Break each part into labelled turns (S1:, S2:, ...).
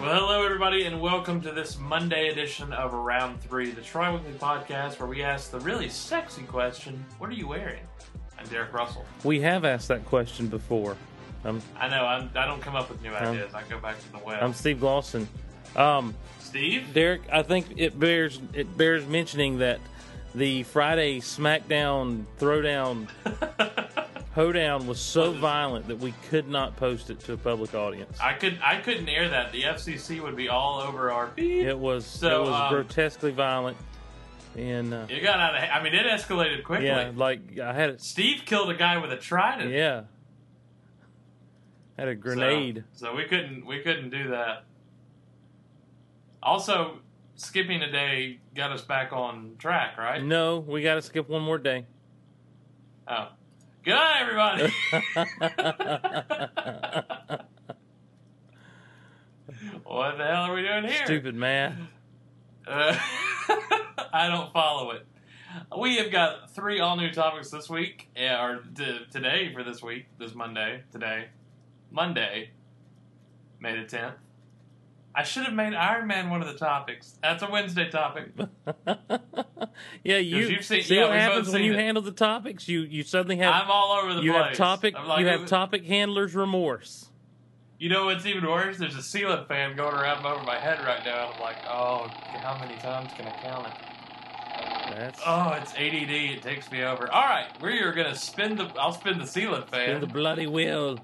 S1: Well, hello, everybody, and welcome to this Monday edition of Round Three, the Tri Weekly podcast where we ask the really sexy question What are you wearing? I'm Derek Russell.
S2: We have asked that question before. I'm,
S1: I know, I'm, I don't come up with new ideas. I go back to the web.
S2: I'm Steve Glosson. Um,
S1: Steve?
S2: Derek, I think it bears it bears mentioning that the Friday SmackDown Throwdown Hoedown was so violent that we could not post it to a public audience.
S1: I, could, I couldn't air that. The FCC would be all over our beep.
S2: It was
S1: So,
S2: it was
S1: um,
S2: grotesquely violent, and uh,
S1: It got out of I mean, it escalated quickly.
S2: yeah, like I had it.
S1: Steve killed a guy with a trident.
S2: Yeah, had a
S1: So-
S2: grenade.
S1: So, we couldn't we couldn't do that. Also, skipping a day got us back on track, right?
S2: No, we got to skip one more day.
S1: Oh. Good night, everybody. what the hell are we doing here?
S2: Stupid math.
S1: Uh, I don't follow it. We have got three all new topics this week, eh, or t- today for this week, this Monday, today, Monday, May the 10th. I should have made Iron Man one of the topics. That's a Wednesday topic.
S2: yeah, you
S1: you've seen-
S2: see
S1: yeah,
S2: what
S1: we've both
S2: happens when
S1: seen
S2: you
S1: it.
S2: handle the topics. You you suddenly have
S1: I'm all over the
S2: you
S1: place.
S2: have topic
S1: I'm like,
S2: you
S1: "Is
S2: have
S1: it-
S2: topic handlers remorse.
S1: You know what's even worse? There's a ceiling fan going around over my head right now, and I'm like, oh, how many times can I count it?
S2: That's
S1: Oh, it's ADD. It takes me over. All right, we are gonna spin the. I'll spin the ceiling
S2: in
S1: fan,
S2: the bloody will.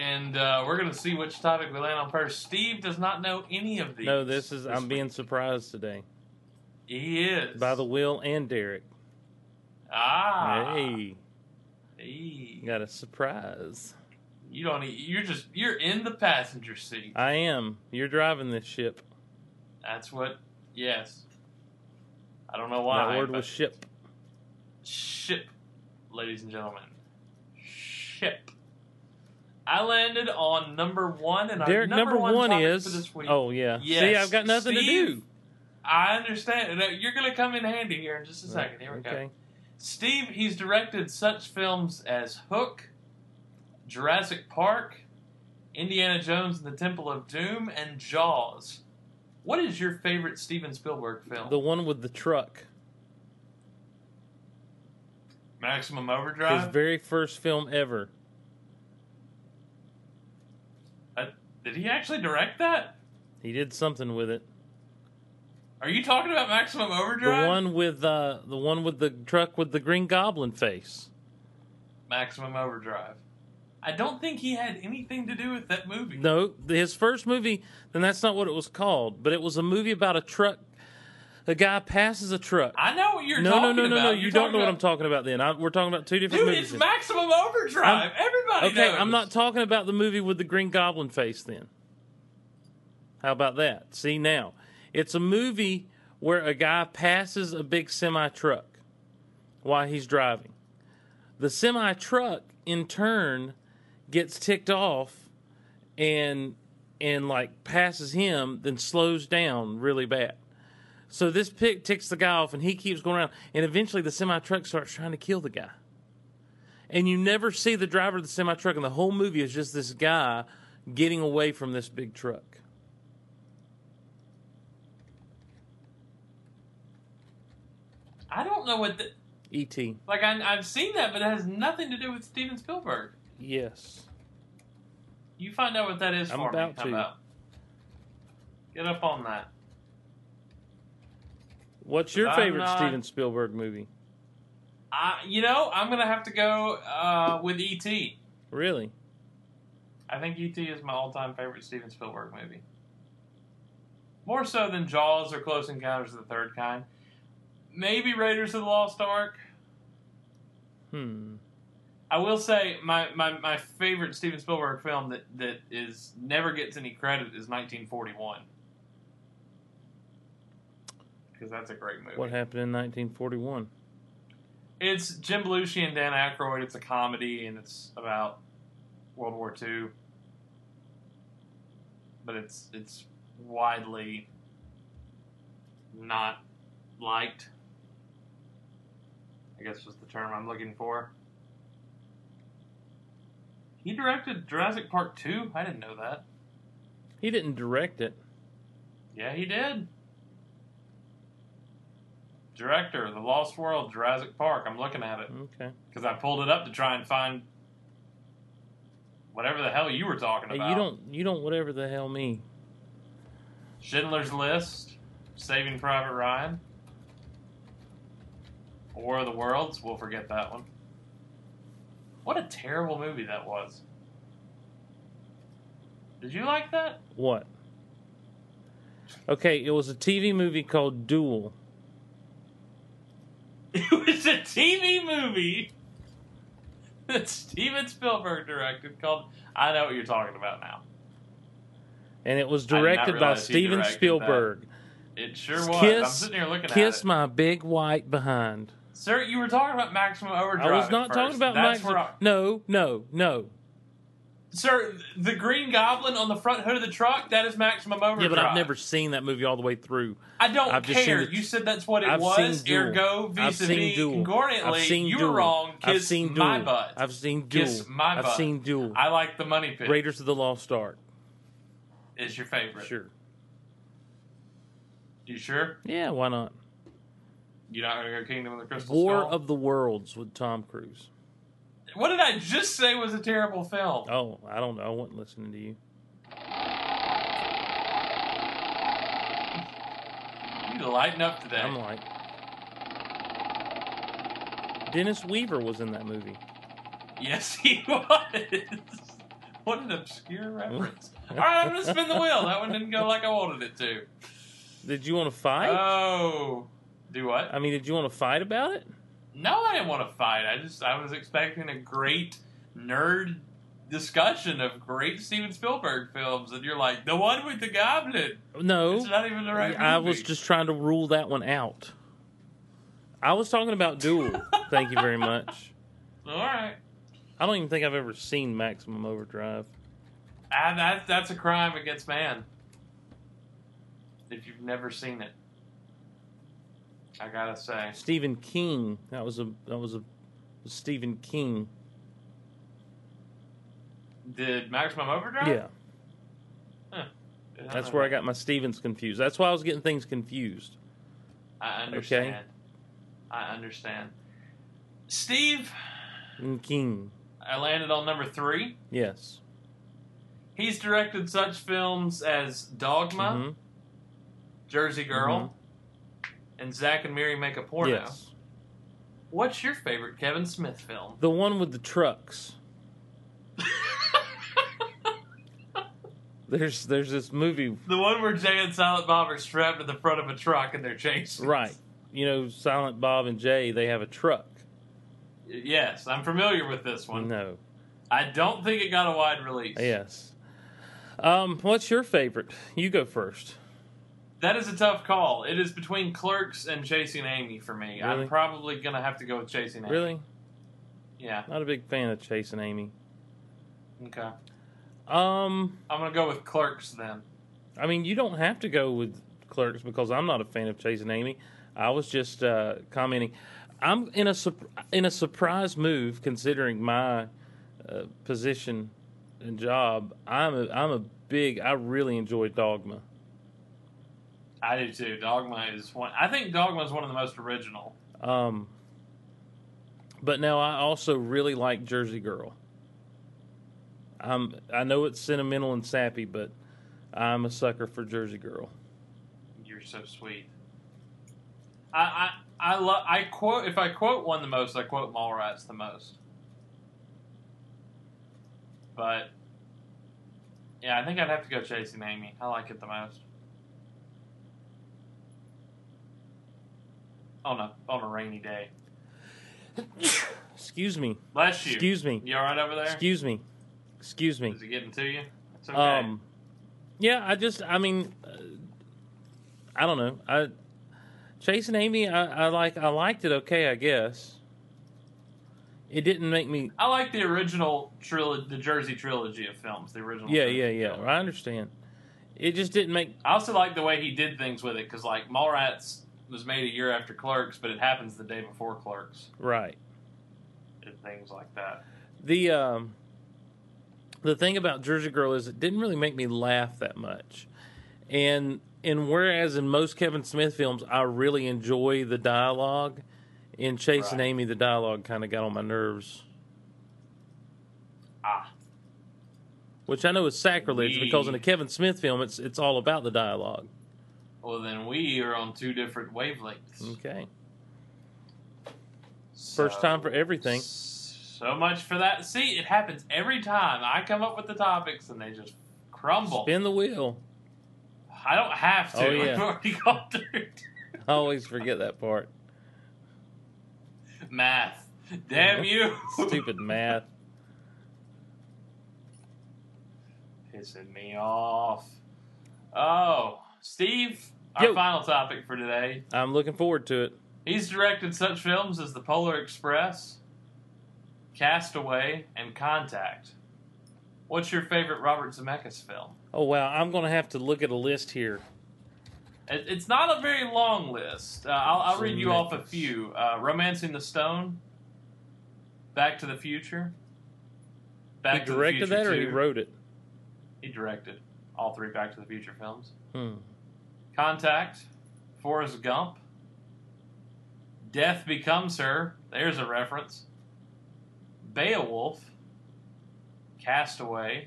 S1: and uh, we're gonna see which topic we land on first. Steve does not know any of these.
S2: No, this is I'm
S1: week.
S2: being surprised today
S1: He is
S2: by the will and Derek.
S1: ah.
S2: Hey,
S1: Hey.
S2: got a surprise.
S1: You don't. e- You're just. You're in the passenger seat.
S2: I am. You're driving this ship.
S1: That's what. Yes. I don't know
S2: My
S1: why.
S2: word
S1: but-
S2: was ship.
S1: ship, ladies and gentlemen. Ship. I landed on number one, and our
S2: Derek,
S1: number, one, topic
S2: is.
S1: for this week.
S2: Oh yeah.
S1: Yes,
S2: See, I've got nothing
S1: Steve,
S2: to do.
S1: I understand. No, You're going to come in handy here in just a second. Here we go.
S2: okay.
S1: Steve, he's directed such films as Hook, Jurassic Park, Indiana Jones and the Temple of Doom, and Jaws. What is your favorite Steven Spielberg film?
S2: The one with the truck.
S1: Maximum
S2: His
S1: Overdrive.
S2: very first film ever.
S1: Uh, Did he actually direct that?
S2: He did something with it.
S1: Are you talking about Maximum
S2: The
S1: Overdrive?
S2: one with uh, the one with the truck with the green goblin face.
S1: Maximum Overdrive. I don't think he had anything to do with that movie.
S2: No, his first movie. Then that's not what it was called. But it was a movie about a truck. A guy passes a truck.
S1: I know what you're
S2: no,
S1: talking
S2: no, no,
S1: about.
S2: no, no. You don't know what I'm
S1: about-
S2: talking about. Then I, we're talking about two different
S1: Dude,
S2: movies.
S1: it's Maximum Overdrive. Everybody
S2: okay,
S1: knows.
S2: I'm not talking about the movie with the green goblin face. Then, how about that? See now, it's a movie where a guy passes a big semi truck while he's driving. The semi truck, in turn, gets ticked off and and like passes him, then slows down really bad. So this pick ticks the guy off, and he keeps going around, and eventually the semi truck starts trying to kill the guy. And you never see the driver of the semi truck, and the whole movie is just this guy getting away from this big truck.
S1: I don't know what. The,
S2: E.T.
S1: like I, I've seen that, but it has nothing to do with Steven Spielberg.
S2: Yes.
S1: You find out what that is
S2: I'm
S1: for
S2: about
S1: me.
S2: to.
S1: How about? Get up on that.
S2: What's your
S1: I'm
S2: favorite
S1: not-
S2: Steven Spielberg movie?
S1: I, you know, I'm gonna have to go uh, with E.T.
S2: Really?
S1: I think E.T. is my all-time favorite Steven Spielberg movie. More so than Jaws or Close Encounters of the Third Kind. Maybe Raiders of the Lost Ark.
S2: Hmm.
S1: I will say my, my, my favorite Steven Spielberg film that, that is never gets any credit is 1941. Because that's a great movie.
S2: What happened in 1941?
S1: It's Jim Belushi and Dan Aykroyd. It's a comedy and it's about World War II, but it's it's widely not liked. I guess was the term I'm looking for. He directed Jurassic Park two. I didn't know that.
S2: He didn't direct it.
S1: Yeah, he did. Director, of The Lost World, Jurassic Park. I'm looking at it
S2: Okay.
S1: because I pulled it up to try and find whatever the hell you were talking
S2: Hey,
S1: about.
S2: you don't. You don't. Whatever the hell me.
S1: Schindler's List, Saving Private Ryan, War of the Worlds. We'll forget that one. What a terrible movie that was. Did you like that?
S2: What? Okay, it was a TV movie called Duel.
S1: It was a TV movie that Steven Spielberg directed called I Know What You're Talking About Now.
S2: and it was
S1: I did not
S2: directed by
S1: realize he
S2: Steven
S1: directed
S2: Spielberg.
S1: It sure was. I'm
S2: Kiss-
S1: sitting here looking
S2: Kiss
S1: at it.
S2: my big white behind.
S1: Sir, you were talking about Maximum Overdrive.
S2: I was
S1: at
S2: not talking
S1: first.
S2: about
S1: That's
S2: Max.
S1: where I-
S2: No, no, no.
S1: Sir, the Green Goblin on the front hood of the truck, that is Maximum Overdrive.
S2: Yeah, but I've never seen that movie all the way through.
S1: I don't
S2: I've just seen
S1: care.
S2: the-
S1: you said that's what it
S2: I've
S1: was.
S2: seen Duel.
S1: Ergo,
S2: I've
S1: vis a
S2: seen
S1: vis,
S2: Duel.
S1: congruently,
S2: I've seen
S1: you
S2: Duel.
S1: were wrong. Kiss
S2: I've seen
S1: my
S2: Duel.
S1: butt.
S2: I've seen Duel.
S1: Kiss my
S2: I've
S1: butt.
S2: seen Duel.
S1: I like the money pit.
S2: Raiders of the Lost Ark.
S1: Is your favorite?
S2: Sure.
S1: You sure?
S2: Yeah, why not?
S1: You're not gonna go Kingdom of the Crystal
S2: War
S1: Skull?
S2: of the Worlds with Tom Cruise.
S1: What did I just say was a terrible film?
S2: Oh, I don't know. I wasn't listening to you.
S1: You need to lighten up today.
S2: I'm like. Dennis Weaver was in that movie.
S1: Yes, he was. What an obscure reference. All right, I'm gonna spin the wheel. That one didn't go like I wanted it to.
S2: Did you want to fight?
S1: Oh, do what?
S2: I mean, did you want to fight about it?
S1: No, I didn't want to fight. I just I was expecting a great nerd discussion of great Steven Spielberg films, and you're like the one with the goblin.
S2: No.
S1: It's not even the right.
S2: Oh, I
S1: movie.
S2: was just trying to rule that one out. I was talking about Duel. Thank you very much.
S1: all right.
S2: I don't even think I've ever seen Maximum Overdrive.
S1: Ah, that, that's a crime against man. If you've never seen it, I gotta say.
S2: Stephen King. That was a that was a Stephen King.
S1: Did Maximum Overdrive?
S2: Yeah,
S1: Yeah,
S2: that's where I got my Stevens confused. That's why I was getting things confused.
S1: I understand. I understand. Steve,
S2: And King.
S1: I landed on number three.
S2: Yes.
S1: He's directed such films as Dogma,
S2: Mhm.
S1: Jersey Girl, and Zack and Mary Make a Porno.
S2: Mm-hmm. Yes.
S1: What's your favorite Kevin Smith film?
S2: The one with the trucks. there's there's this movie
S1: The one where Jay and Silent Bob are strapped to the front of a truck and they're chasing.
S2: right. You know, Silent Bob and Jay, they have a truck.
S1: Yes, I'm familiar with this one.
S2: No.
S1: I don't think it got a wide release.
S2: Yes. Um, what's your favorite? You go first.
S1: That is a tough call. It is between Clerks and Chasing Amy for me.
S2: Really?
S1: I'm probably going to have to go with Chasing Amy.
S2: Really?
S1: Yeah.
S2: Not a big fan of Chase and Amy.
S1: Okay.
S2: Um,
S1: I'm going to go with Clerks then.
S2: I mean, you don't have to go with Clerks because I'm not a fan of Chase and Amy. I was just uh, commenting. I'm in a sup- in a surprise move considering my uh, position and job. I'm a, I'm a big. I really enjoy Dogma.
S1: I do too. Dogma is one. I think Dogma is one of the most original.
S2: Um, but now I also really like Jersey Girl. I'm, I know it's sentimental and sappy, but I'm a sucker for Jersey Girl.
S1: You're so sweet. I I I love. I quote if I quote one the most, I quote Mallrats the most. But yeah, I think I'd have to go chasing Amy. I like it the most. On a on a rainy day.
S2: Excuse me.
S1: Bless you.
S2: Excuse me.
S1: You all right over there?
S2: Excuse me. Excuse me.
S1: Is it getting to you? It's okay.
S2: Um, yeah, I just, I mean, uh, I don't know. I, Chase and Amy, I, I like, I liked it. Okay, I guess. It didn't make me.
S1: I like the original trilogy, the Jersey trilogy of films. The original.
S2: Yeah,
S1: trilogy
S2: yeah,
S1: of
S2: yeah.
S1: films.
S2: I understand. It just didn't make
S1: I also like the way he did things with it because, like, Mallrats was made a year after Clerks, but it happens the day before Clerks
S2: right.
S1: and things like that.
S2: The um, the thing about Jersey Girl is it didn't really make me laugh that much. And and whereas in most Kevin Smith films I really enjoy the dialogue, in Chase and
S1: Right.
S2: Amy the dialogue kind of got on my nerves,
S1: Ah,
S2: which I know is sacrilege because in a
S1: Ye-
S2: Kevin Smith film it's it's all about the dialogue.
S1: well then we are on two different wavelengths.
S2: Okay. Mm. First time for everything.
S1: So much for that. See, it happens every time. I come up with the topics and they just crumble.
S2: Spin the wheel.
S1: I don't have to.
S2: Oh, yeah.
S1: I've already gone through it.
S2: I always forget that part.
S1: math. Damn you!
S2: Stupid math.
S1: Pissing me off. Oh, Steve. Our
S2: Yo.
S1: final topic for today.
S2: I'm looking forward to it.
S1: He's directed such films as The Polar Express, Castaway, and Contact. What's your favorite Robert Zemeckis film?
S2: Oh wow, I'm gonna have to look at a list here.
S1: It- It's not a very long list. Uh, I'll, I'll read you off a
S2: Zemeckis.
S1: few uh, Romancing the Stone, Back to the Future.
S2: he directed that or he
S1: 2.
S2: wrote it?
S1: He directed all three Back to the Future films
S2: Hmm.
S1: Contact, Forrest Gump, Death Becomes Her. There's a reference. Beowulf, Castaway,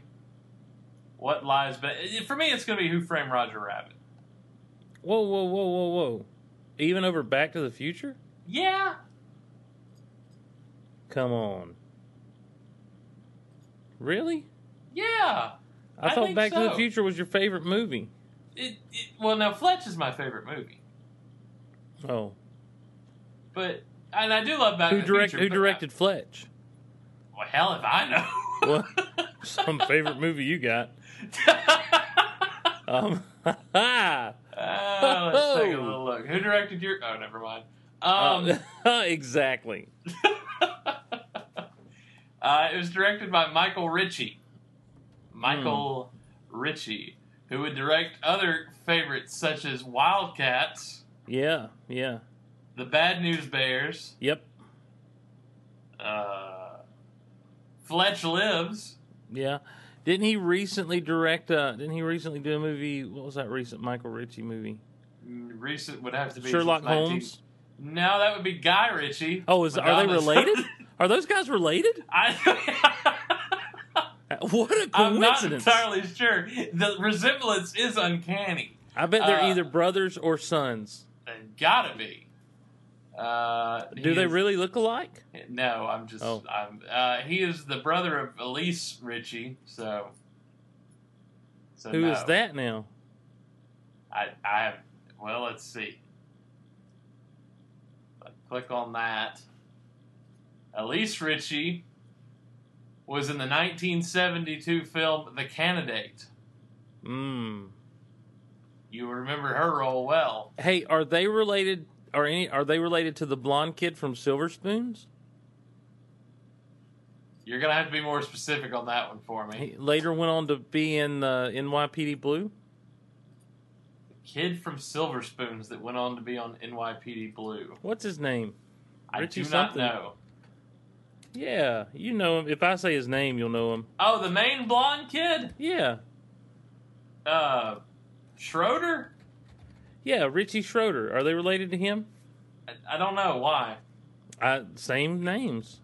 S1: What Lies Be- For me, it's going to be Who Framed Roger Rabbit.
S2: Whoa, whoa, whoa, whoa, whoa. Even over Back to the Future?
S1: Yeah.
S2: Come on. Really?
S1: Yeah.
S2: I,
S1: I
S2: thought
S1: think
S2: Back to the
S1: so.
S2: Future was your favorite movie.
S1: It, it, well, now Fletch is my favorite movie,
S2: Oh.
S1: but and Uh, I do love Back
S2: Who
S1: to the
S2: direct
S1: Future.
S2: who
S1: but-
S2: directed Fletch?
S1: well, hell if I know.
S2: Well, some favorite movie you got. Um
S1: Uh, let's take a
S2: Oh.
S1: little look. Who directed your? Oh, never mind. Um, uh,
S2: exactly.
S1: Uh, it was directed by Michael Ritchie. Michael
S2: Hmm.
S1: Ritchie, who would direct other favorites such as Wildcats,
S2: Yeah, yeah.
S1: The Bad News Bears,
S2: Yep.
S1: uh, Fletch Lives.
S2: Yeah. Didn't he recently direct uh didn't he recently do a movie what was that recent Michael Ritchie movie?
S1: Recent would have to be
S2: Sherlock
S1: 19
S2: Holmes.
S1: No, that would be Guy Ritchie.
S2: Oh, is are they
S1: Madonna's-
S2: related? Are those guys related?
S1: I,
S2: What a
S1: I'm not
S2: coincidence!
S1: entirely sure. The resemblance is uncanny.
S2: I bet they're
S1: uh,
S2: either brothers or sons.
S1: They gotta be. Uh,
S2: Do
S1: he
S2: they
S1: is-
S2: really look alike?
S1: No, I'm just.
S2: Oh.
S1: I'm. Uh, he is the brother of Elise Ritchie. So. so
S2: Who is
S1: Uh, no.
S2: that now?
S1: I. I have. Well, let's see. I click on that. Elise Ritchie was in the 1972 film The Candidate.
S2: Mm.
S1: You remember her role well.
S2: Hey, are they related? Are any? Are they related to the blonde kid from Silver Spoons?
S1: You're gonna have to be more specific on that one for me.
S2: He later went on to be in uh, NYPD Blue.
S1: Kid from Silver Spoons that went on to be on NYPD Blue.
S2: What's his name?
S1: I
S2: Richie
S1: do not
S2: something.
S1: know.
S2: Yeah, you know him. If I say his name, you'll know him.
S1: Oh, the main blonde kid,
S2: Yeah,
S1: uh, Schroeder.
S2: yeah, Richie Schroeder. Are they related to him?
S1: I, I don't know why
S2: Uh, same names.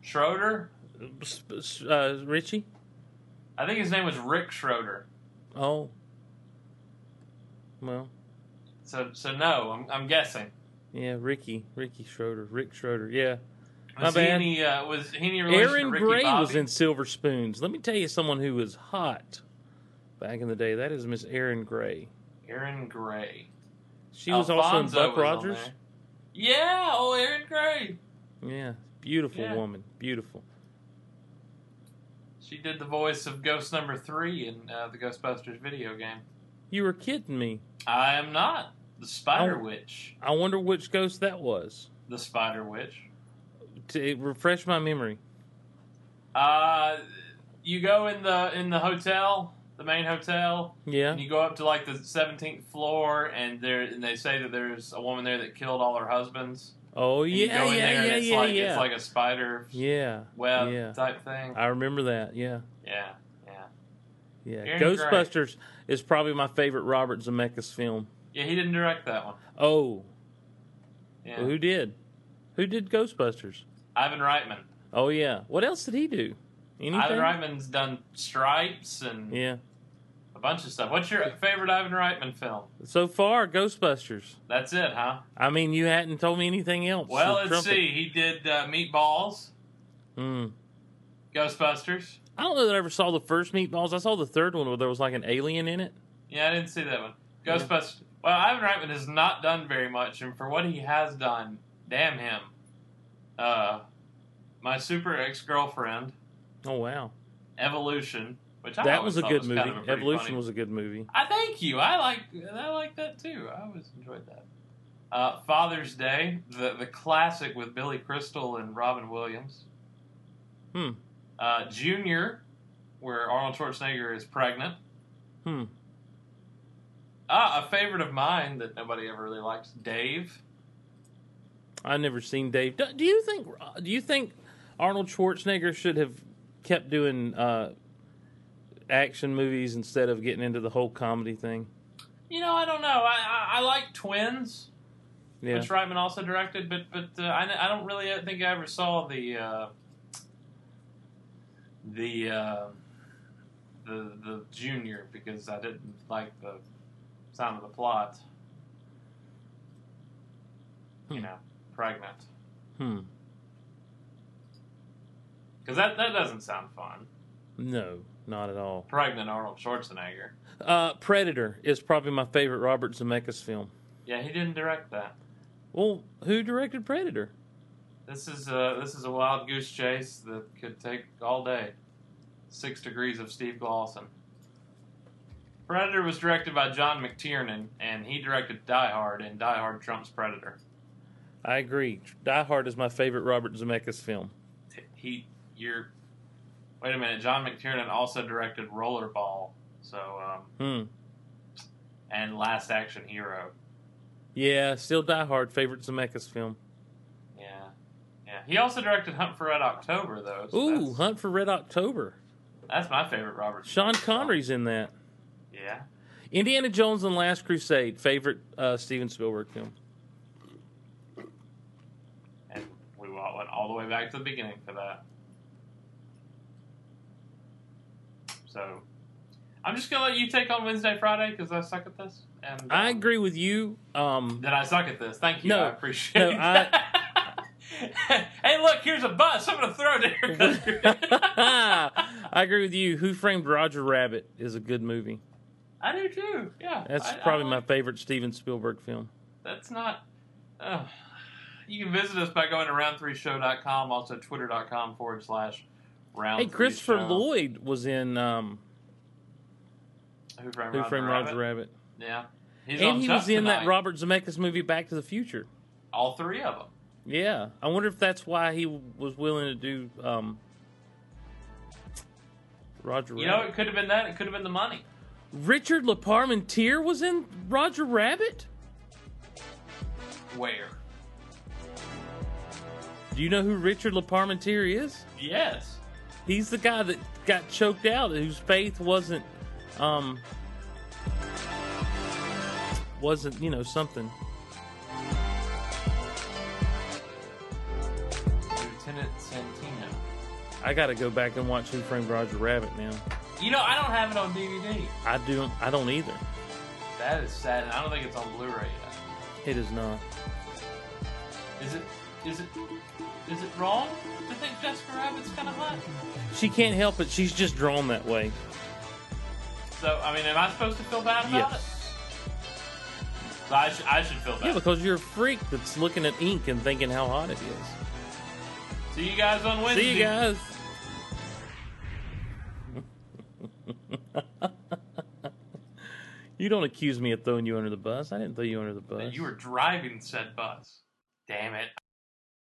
S1: Schroeder.
S2: Sp- s- Uh, Richie.
S1: I think his name was Rick Schroeder.
S2: Oh. Well,
S1: So, so no, I'm, I'm guessing.
S2: yeah, Ricky, Ricky Schroeder, Rick Schroeder. Yeah, My
S1: Was he
S2: bad.
S1: any? Uh, was he any relation
S2: Aaron
S1: to Ricky
S2: Gray
S1: Bobby?
S2: was in Silver Spoons. Let me tell you someone who was hot back in the day. That is Miss Aaron Gray.
S1: Aaron Gray.
S2: She was also in
S1: Alfonso
S2: Buck
S1: was on
S2: Rogers.
S1: there. Yeah. Oh, Aaron Gray.
S2: Yeah, beautiful
S1: Yeah.
S2: woman, beautiful.
S1: She did the voice of Ghost Number Three in uh, the Ghostbusters video game.
S2: You were kidding me.
S1: I am not the Spider
S2: Oh.
S1: Witch.
S2: I wonder which ghost that was.
S1: The Spider Witch.
S2: To refresh my memory.
S1: Uh, you go in the in the hotel, the main hotel,
S2: Yeah.
S1: and you go up to like the seventeenth floor, and there and they say that there's a woman there that killed all her husbands.
S2: Oh
S1: And you
S2: yeah,
S1: go in there
S2: yeah,
S1: and
S2: yeah,
S1: it's
S2: yeah,
S1: like
S2: yeah.
S1: it's like a spider
S2: yeah.
S1: web
S2: yeah.
S1: type thing.
S2: I remember that. Yeah.
S1: Yeah, yeah,
S2: Yeah,
S1: Aaron Gray.
S2: Ghostbusters is probably my favorite Robert Zemeckis film.
S1: yeah. He didn't direct that one.
S2: Oh,
S1: Yeah,
S2: who did? Who did Ghostbusters?
S1: Ivan Reitman.
S2: Oh yeah. What else did he do? Anything?
S1: Ivan Reitman's done Stripes and
S2: Yeah.
S1: a bunch of stuff. What's your favorite Ivan Reitman film?
S2: So far, Ghostbusters.
S1: That's it, huh?
S2: I mean, you hadn't told me anything else.
S1: Well,
S2: The
S1: let's
S2: trumpet.
S1: see. He did uh, Meatballs,
S2: Mm.
S1: Ghostbusters.
S2: I don't know that I ever saw the first Meatballs. I saw the third one where there was like an alien in it.
S1: Yeah, I didn't see that one.
S2: Yeah.
S1: Ghostbusters. Well, Ivan Reitman has not done very much, and for what he has done, damn him. Uh, my super ex girlfriend,
S2: Oh wow,
S1: Evolution, which I
S2: that
S1: always
S2: was a
S1: thought
S2: good
S1: was
S2: movie.
S1: Kind of a pretty
S2: Evolution
S1: funny-
S2: was a good movie.
S1: I thank you. I like I like that too. I always enjoyed that. Uh, Father's Day, the the classic with Billy Crystal and Robin Williams.
S2: Hmm.
S1: Uh, Junior, where Arnold Schwarzenegger is pregnant.
S2: Hmm.
S1: Ah, a favorite of mine that nobody ever really likes, Dave.
S2: I never seen Dave. Do, do you think? Do you think Arnold Schwarzenegger should have kept doing uh, action movies instead of getting into the whole comedy thing?
S1: You know, I don't know. I I, I like Twins,
S2: Yeah.
S1: which Reitman also directed, but but uh, I I don't really think I ever saw the uh, the uh, the the Junior because I didn't like the sound of the plot. You
S2: Hmm.
S1: know, pregnant
S2: Hmm.
S1: because that that doesn't sound fun.
S2: No, not at all.
S1: Pregnant Arnold Schwarzenegger.
S2: Uh, Predator is probably my favorite Robert Zemeckis film.
S1: Yeah, he didn't direct that.
S2: Well, who directed Predator?
S1: This is a, this is a wild goose chase that could take all day. Six Degrees of Steve Glosson. Predator was directed by John McTiernan, and he directed Die Hard, and Die Hard trumps Predator.
S2: I agree. Die Hard is my favorite Robert Zemeckis film.
S1: He, you're, wait a minute. John McTiernan also directed Rollerball, so um,
S2: Hmm.
S1: and Last Action Hero.
S2: Yeah, still Die Hard, favorite Zemeckis film.
S1: Yeah, yeah. He also directed Hunt for Red October, though. so
S2: Ooh,
S1: that's,
S2: Hunt for Red October.
S1: that's my favorite Robert.
S2: Sean
S1: Zemeckis film.
S2: Connery's in that.
S1: Yeah.
S2: Indiana Jones and the Last Crusade, favorite uh, Steven Spielberg film.
S1: And we all went all the way back to the beginning for that. So, I'm just gonna let you take on Wednesday, Friday because I suck at this. And um,
S2: I agree with you. Um,
S1: that I suck at this. Thank you.
S2: No,
S1: I appreciate
S2: no,
S1: it.
S2: I-
S1: hey, look, here's a bus. I'm gonna throw it at your
S2: I agree with you. Who Framed Roger Rabbit is a good movie.
S1: I do too. Yeah,
S2: That's
S1: I- I
S2: probably my
S1: like-
S2: favorite Steven Spielberg film.
S1: That's not. Uh, you can visit us by going to round3show.com, also twitter.com forward slash round.
S2: Hey, Christopher Lloyd was in um,
S1: Who framed
S2: Who
S1: Roger
S2: Framed
S1: Rabbit?
S2: Roger Rabbit,
S1: Yeah. He's on
S2: and he
S1: Chuck
S2: was in that
S1: tonight.
S2: Robert Zemeckis movie Back to the Future.
S1: All three of them.
S2: Yeah, I wonder if that's why he was willing to do um, Roger.
S1: You know,
S2: Rabbit.
S1: it could have been that. It could have been the money.
S2: Richard Leparmentier was in Roger Rabbit.
S1: Where?
S2: Do you know who Richard Leparmentier is?
S1: Yes.
S2: He's the guy that got choked out, whose faith wasn't, um, wasn't you know something.
S1: Lieutenant Santino.
S2: I got to go back and watch Who Framed Roger Rabbit now.
S1: You know, I don't have it on DVD.
S2: I do. I don't either.
S1: That is sad. and I don't think it's on Blu-ray yet.
S2: It is not.
S1: Is it? Is it? Is it wrong to think Jessica Rabbit's kind of hot?
S2: She can't help it. She's just drawn that way.
S1: So, I mean, am I supposed to feel bad about
S2: Yes.
S1: it? I, sh- I should feel
S2: Yeah,
S1: bad.
S2: because you're a freak that's looking at ink and thinking how hot it is.
S1: See you guys on Wednesday.
S2: See you guys. you don't accuse me of throwing you under the bus. I didn't throw you under the bus.
S1: You were driving said bus. Damn it.